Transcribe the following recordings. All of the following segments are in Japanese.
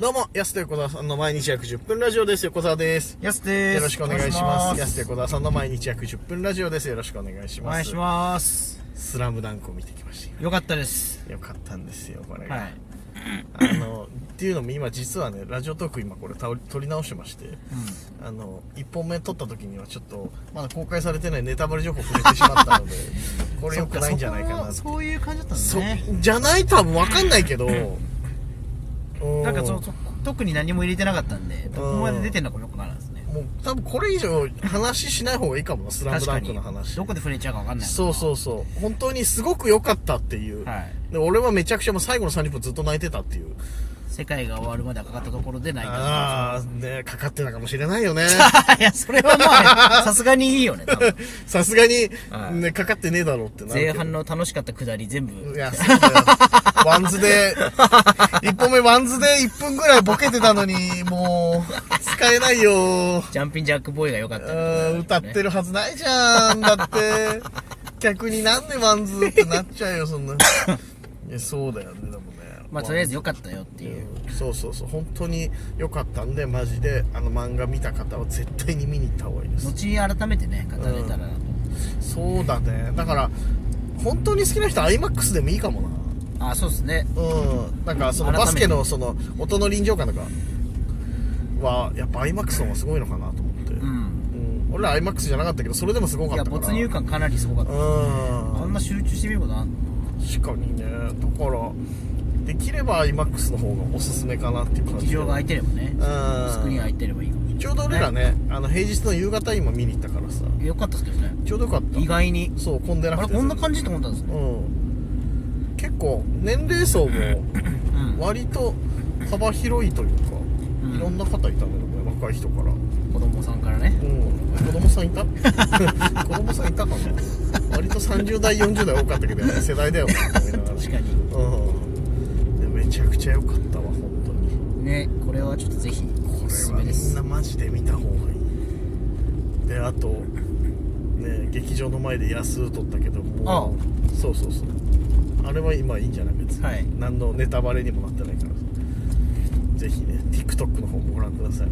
どうも、安手横澤さんの毎日約10分ラジオです。横澤です。やすですよろしくお願いします。安手お横澤さんの毎日約10分ラジオです。よろしくお願いします。願いしますスラムダンクを見てきましたよかったです今よかったんですよ、これが。はい、あの、っていうのも今実はね、ラジオトーク今これ撮り撮り直してまして、あの、1本目撮った時にはちょっと、まだ公開されてないネタバレ情報触れてしまった ので、これ良くないんじゃないかなってそこもそういう感じだったんですそねじゃない多分わかんないけど、うんなんかそのそ特に何も入れてなかったんでどこまで出てんのかよくわからないですねもう多分これ以上話しない方がいいかもな、スラム確ダかンクにの話ど。こで触れちゃうかわかんないそうそうそう。本当にすごく良かったっていう。はいで俺はめちゃくちゃもう最後の30分ずっと泣いてたっていう。世界が終わるまではかかったところでないかああ、ねかかってたかもしれないよね。ら いやそれはまあ さすがにいいよね多分さすがに、はいね、かかってねえだろうってなるけ前ど。半の楽しかった下り全い部や、そうだよ。ワンズで、一本目ワンズで1分ぐらいボケてたのに、もう、使えないよ。ジャンピンジャックボーイが良かったうみたいなねーん歌ってるはずないじゃん。だ って、逆になんでワンズってなっちゃうよ、そんな。いや、そうだよね、でもね。まあとりあえず良かったよっていううんそうそうそう、本当に良かったんで、マジで、あの漫画見た方は絶対に見に行った方がいいです。後に改めてね語れたらなとそうだね。だから、本当に好きな人は IMAX でもいいかもな。あそうですねうん、なんかその改めバてスケのその音の臨場感とかはやっぱ IMAX の方がすごいのかなと思って、ううんん俺ら IMAX じゃなかったけどそれでもすごかいったやから没入感かなりすごかったあうんんな集中してみることあんの確かにねだからできれば IMAX の方がおすすめかなっていう感じ劇場が空いてればねうんスクリーン空いてればいいかもちょうど俺らねあの平日の夕方今見に行ったからさよかったですけどねちょうどよかった意外にそう混んでなあくれてこんな感じって思ったんですねうん結構年齢 層もうん割と幅広いというか、うんいろんな方いたんだけどね若い人から、うん、子供さんからね子供さんい た子供さんいたかな割と30代40代多かったけど、ね、世代だよ なと思いながら確かうんでめちゃくちゃ良かったわ本当ににねこれはちょっとぜひこおすすれはめでみんすなマジで見た方がいいであとね劇場の前で安う撮ったけどもうそうそうそうあれは今いいんじゃない別に、はい何のネタバレにもなってないからぜひね TikTok の方もご覧くださ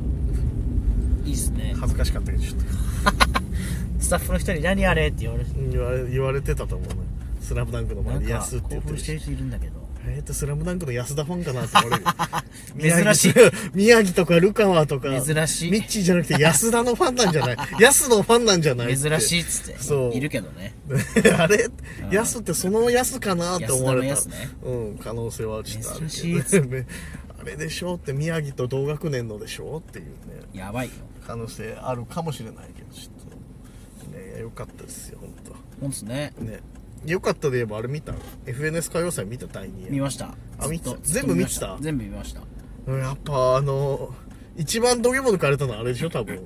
いいいっすね恥ずかしかったけどちょっとスタッフの人に「何あれ?」って言われてうん言われ言われてたと思うね「スラムダンクのな前んでか安って言っ興てる奮してる人いるんだけどえーっと、スラムダンクの安田ファンかなって 思われる宮城。珍しい宮城とかルカワとか。珍しいミッチーじゃなくて安田のファンなんじゃ ない安のファンなんじゃない珍しいっつってそういるけどねい。あれうん安ってその安かなって思われた。安田の安ねうん、可能性はちょっとあるけど、珍しいね あれでしょうって宮城と同学年のでしょうっていうね、やばいよ可能性あるかもしれないけど、ちょっと。ね、よかったですよ、本ほんとっすね当ね。よかったで言えばあれ見た ?FNS 歌謡祭見た第2夜。見ましたあ見てたずっと全部見てた全部見ましたうんやっぱあの一番度肝抜かれたのはあれでしょ多 分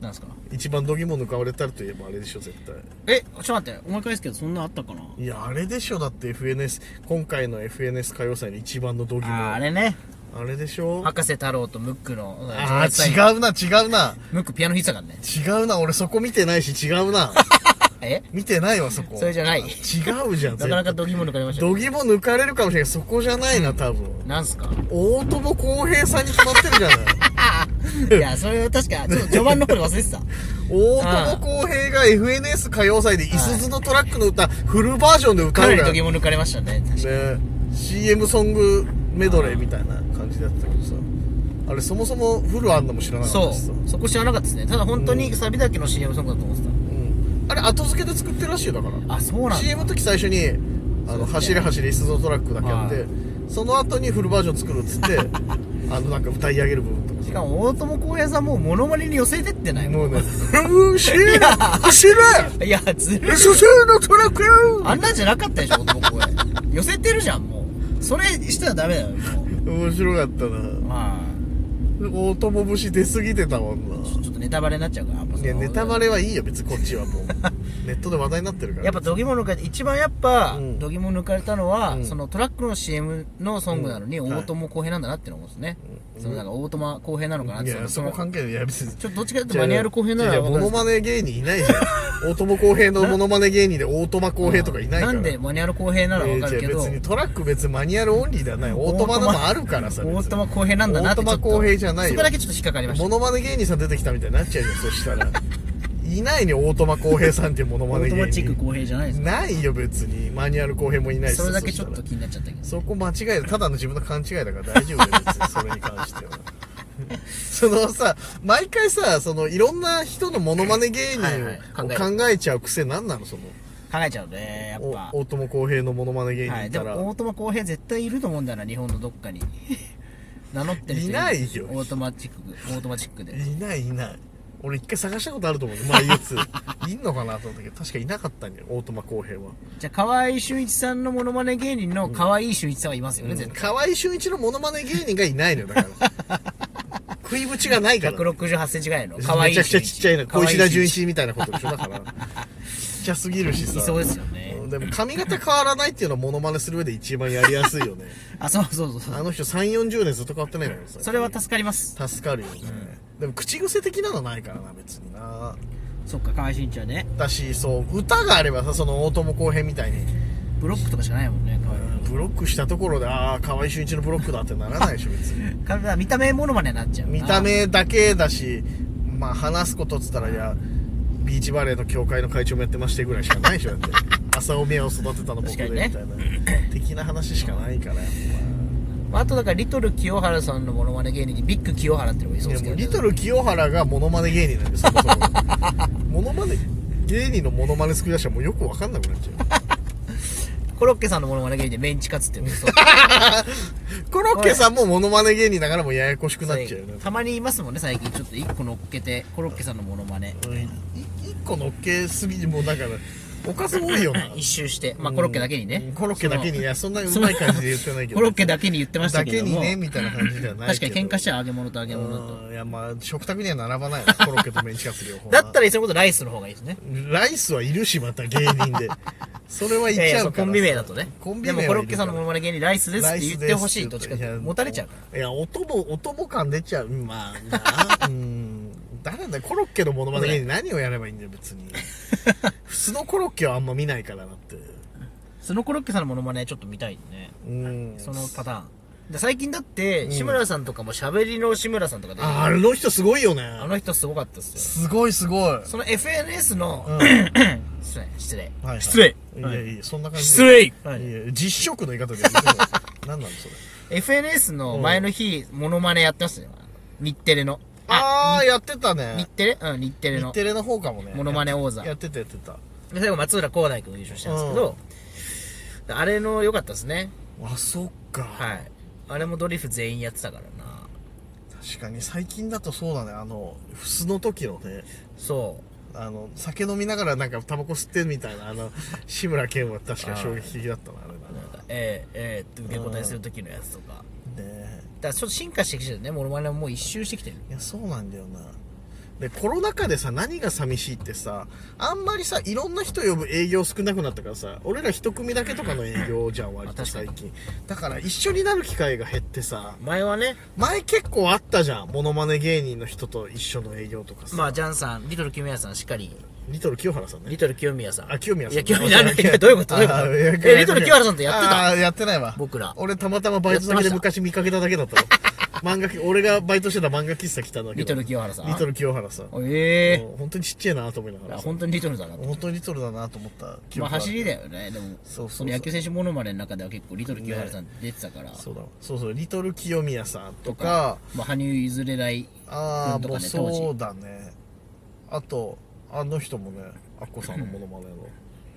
なんすか一番度肝抜かれたといえばあれでしょ絶対えちょっと待って思い返すけどそんなあったかないやあれでしょだって FNS 今回の FNS 歌謡祭の一番の度肝あーあれねあれでしょ博士太郎とムックのあうー違うな違うなムックピアノ弾いてたからね違うな俺そこ見てないし違うな え見てないわそこそれじゃない違うじゃん なかなか度肝抜かれま絶した対ね度肝抜かれるかもしれないそこじゃないな多分なん すか大友康平さんに決まってるじゃ ないいやそれは確かちょっと序盤の頃忘れ てた大友康平が FNS 歌謡祭でいすずのトラックの歌フルバージョンで歌かなうりの度よ肝抜かれましたね確かね CM ソングメドレーみたいな感じだったけどさあれそもそもフルあんのも知らなかったそしさうそこ知らなかったですねただ本当にサビだけの CM ソングだと思ってうんあれ後付けで作ってるらしいよだからたあそうなんだ CM の時最初に「あの走れ走れいすずトラック」だけやってはその後にフルバージョン作るっつって あのなんか歌い上げる部分とかしかも大友康平さんもうモノマネに寄せてってないももうね「うーしー走れんいやずるいいすずのトラック!」あんなんじゃなかったでしょ大友康平寄せてるじゃんもうそれしたらダメだよも面白かったなうまあ大友節出過ぎてたもんな。ちょっとネタバレになっちゃうからやっぱそいや、の ネタバレはいいよ、別にこっちはもう。ネットで話題になってるからやっぱ度肝抜かれ一番やっぱうん度肝抜かれたのは、うんそのトラックの CM のソングなのにうん大友康平なんだなっての思うんですね、うんそのなんか大友康平なのかなっいてやそこ関係ないいや別にちょっとどっちかというとマニュアル公平ならいやわかモるんでノすけどマネ芸人いないじゃん大友公平のモノマネ芸人で大友公平とかいないからなんでマニュアル公平ならわかるけいや違うど、別にトラック別にマニュアルオンリーではない大友のもあるからさ別に大友公平なんだなってちょっと大友康平じゃないよそこだけちょっと引っかかりましモたノマネ芸人さん出てきたみたいになっちゃうよそしたらいないね大友公平さんっていうモノマネ大芸友チック人公平じゃないですかないよ別にマニュアル公平もいないしさそれだけちょっそしたとら気になっちゃったけどそこ間違えるただの自分の勘違いだから大丈夫だよ別にそれに関しては そのさ毎回さそのいろんな人のモノマネ芸人はいはい考えを考えちゃう癖なんなのその考えちゃうねやっぱお大友公平のモノマネ芸は人い、いでたら、も大友康平絶対いると思うんだよな日本のどっかに 名乗ってる人いないよオートマチックオートマチックでいないいない俺一回探したことあると思うね毎 月いんのかなと思ったけど確かいなかったんだよ大友公平はじゃあ河合俊一さんのモノマネ芸人の河合俊一さんはいますよね、絶対河合俊一のモノマネ芸人がいないのよだから 食いぶちがないから168センチぐらいの河合めちゃくちゃちっちゃいな小石田純一一みたいなことでしょだからちっちゃすぎるしさいそうですよねうんでも髪型変わらないっていうのはモノマネする上で一番やりやすいよねあそうそうそうそう あの人3 4 0年ずっと変わってないからさそれは助かります助かるよね、でも口癖的なのないからな別になそっか河合俊一はねだしそう歌があればさその大友康平みたいにブロックとかしかないもんね河合ブロックしたところでああ河合俊一のブロックだってならないでしょ別に体は見た目モノマネになっちゃうな見た目だけだしまあ話すことっつったらいやビーチバレーの協会の会長もやってましてぐらいしかないでしょだって 朝お宮を育てたの僕でみ確たかいな、的な話しかないからやっあとだからリトル清原さんのモノマネ芸人にビッグ清原っていうのがいそぱういやですけもどうねリトル清原がモノマネ芸人なんでそもそ もモノマネ芸人のモノマネ作り出したらもうよく分かんなくなっちゃうコロッケさんのモノマネ芸人でメンチカツっていうのがいそう コロッケさんもモノマネ芸人だからもうややこしくなっちゃうよね。たまにいますもんね最近ちょっと1個乗っけてコロッケさんのモノマネうんい一個乗っけすぎてもうだから、おかず多いよな。一周してまあコロッケだけにうねんコロッケだけに、いや、そんなうまい感じで言ってないけど。コロッケだけに言ってましただけけどにもね、みたいな感じではない 確けかど。に喧嘩しちゃう揚げ物と揚げ物とうんいや、まあ、食卓には並ばないわコロッケとメンチカツ両方だは。ったらいっそのことライスの方がいいですねライスはいるし、また芸人 で。それは言いやっいちゃやうそうからさコンビ名だとねコンビで名もはいるコロッケさんのモノマネ芸人ライスですっラてイ言スっでてすほしいどっちかっていうと持たれちゃうからいや男男感出ちゃうまあなうん誰だよコロッケのモノマネ芸人何をやればいいんだよ別 に普通のコロッケはあんま見ないからだってそのコロッケさんのモノマネちょっと見たいねうんそのパターンで最近だって志村さんとかも喋りの志村さんとか出てるああの人すごいよねあの人すごかったっすよすごいすごい、その FNS の、 うん 失礼失礼、はいはい失礼いやいやそんな感じ失礼、いやいや実食の言い方で言ってる 何なのそれ FNS の前の日、モノマネやってましたよ日テレのああーやってた日ねテレうん日テレ日のテレの方かもねモノマネ王座やってたやってたで最後松浦航大君が優勝したんですけど、あれの良かったですねあそっかはいあれもドリフ全員やってたからな確かに最近だとそうだねあのフスの時のねそうあの酒飲みながらなんかタバコ吸ってるみたいなあの志村けんは確か衝撃的だったなあれなんかええええって受け答えする時のやつとかだかなねらちょっと進化してきてるねモノマネももう一周してきてるえいやそうなんだよなでコロナ禍でさ何が寂しいってさあんまりさいろんな人呼ぶ営業少なくなったからさ俺ら一組だけとかの営業じゃん割と確かに最近だから一緒になる機会が減ってさ前はね前結構あったじゃんモノマネ芸人の人と一緒の営業とかさ、まあジャンさんリトル清宮さんしっかりリトル清原さんねリトル清宮さんあ、清宮さん。いや清宮なん だいやどういうことどういうことあーいやえリトル清原さんってやってたあーやってないわ。僕ら俺たまたまバイト先で昔見かけただけだったの。漫画き、俺がバイトしてた漫画喫茶来たんだけど。リトル清原さんリトル清原さん。もおええう本当にちっちゃいなと思いながらさ。本当にリトルだなと本当にリトルだなと思った記まあ憶がる走りだよねでもそうそうそうの野球選手モノマネの中では結構リトル清原さん出てたから、そうだわそうそう、リトル清宮さんととかか、、まあ、羽生譲れないああ、ともかうね当時そうだね。あと、あの人もね、アッコさんのモノマネの。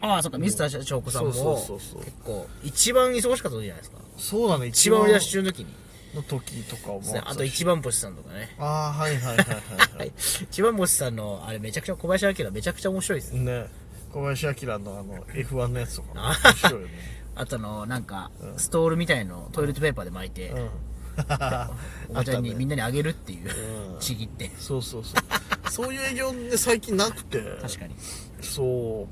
ああそっかミスター翔子さんもそうそうそうそう結構一番忙しかった時じゃないですかそうだね、一番売り出し中の時にの時とかもそうですねあと一番星さんとかねああ、はいはいはいはいはいは。い一番星さんのあれめちゃくちゃ小林明めちゃくちゃ面白いです ねね小林明のあの F1 のやつとかもあ面白いよねあとあのなんかストールみたいのトイレットペーパーで巻いて、うん おあばっちゃたんにみねんなにあげるっていう、うんちぎってそうそうそうそういう営業で最近なくて確かにそ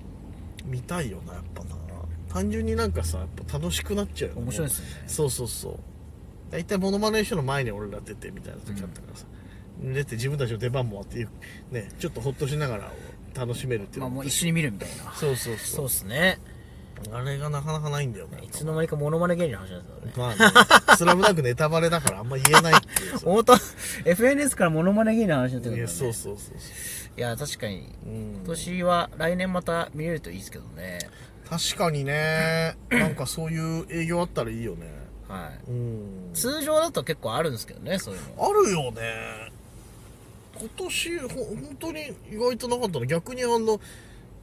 う見たいよなやっぱな単純になんかさやっぱ楽しくなっちゃうよね面白いですよねそうそうそう大体モノマネの人の前に俺ら出てみたいな時あったからさ、出て自分たちの出番もあっていうねちょっとほっとしながら楽しめるっていうまあのもう一緒に見るみたいなそうそうそそううっすねあれがなかなかないんだよねいつの間にかモノマネ芸人の話なんですよねまあね、スラムダンクネタバレだからあんま言えないって いうさオート FNS からモノマネ芸人の話になってくいるやんそだようねそうそうそいや確かにう、うん今、年は来年また見れるといいですけどね確かにねなんかそういう営業あったらいいよねはいうん通常だと結構あるんですけどねそういうのあるよね今年ほ本当に意外となかったの逆にあの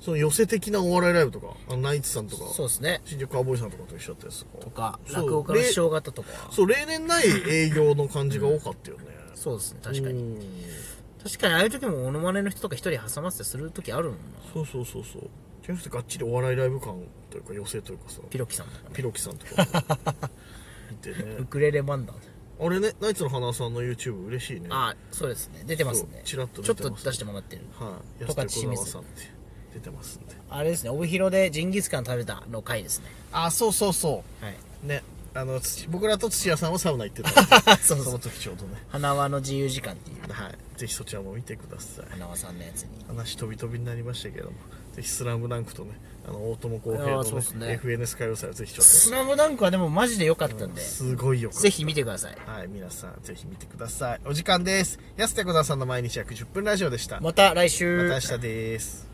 その寄せ的なお笑いライブとかあのナイツさんとかそうですね新宿アボイさんとかと一緒だったやつととかかそう落語家の師匠方とかはそう例年ない営業の感じが多かったよね、そうですね確かにうん確かにああいう時もモノマネの人とか一人挟ませてする時あるもんなそうそうそうそうじゃなくてがっちりお笑いライブ感というか寄せというかさピロキさんとかねピロキさんとか見 てねウクレレバンダあれねナイツの花さんの YouTube 嬉しいねああそうですね出てますねそうちらっとちょ出ってますと出してもらってるはい、十安勝田清小沢水さんって出てますんであれですね帯広でジンギスカン食べたの回ですねあそうそうそはいうねあの土僕らと土屋さんはサウナ行ってた そうそうの時ちょうどね花輪の自由時間っていうはいぜひそちらも見てください花輪さんのやつに話飛び飛びになりましたけどもぜひ「スラムダンクとねあの大友康いやー平そうと、っすねね FNS 歌謡祭をぜひちょっスラムダンクはでもマジで良かったんとで、すごいよぜひ見てくださいはい皆さんぜひ見てくださいお時間です安田小沢さんの毎日約10分ラジオでしたままた来週た明日です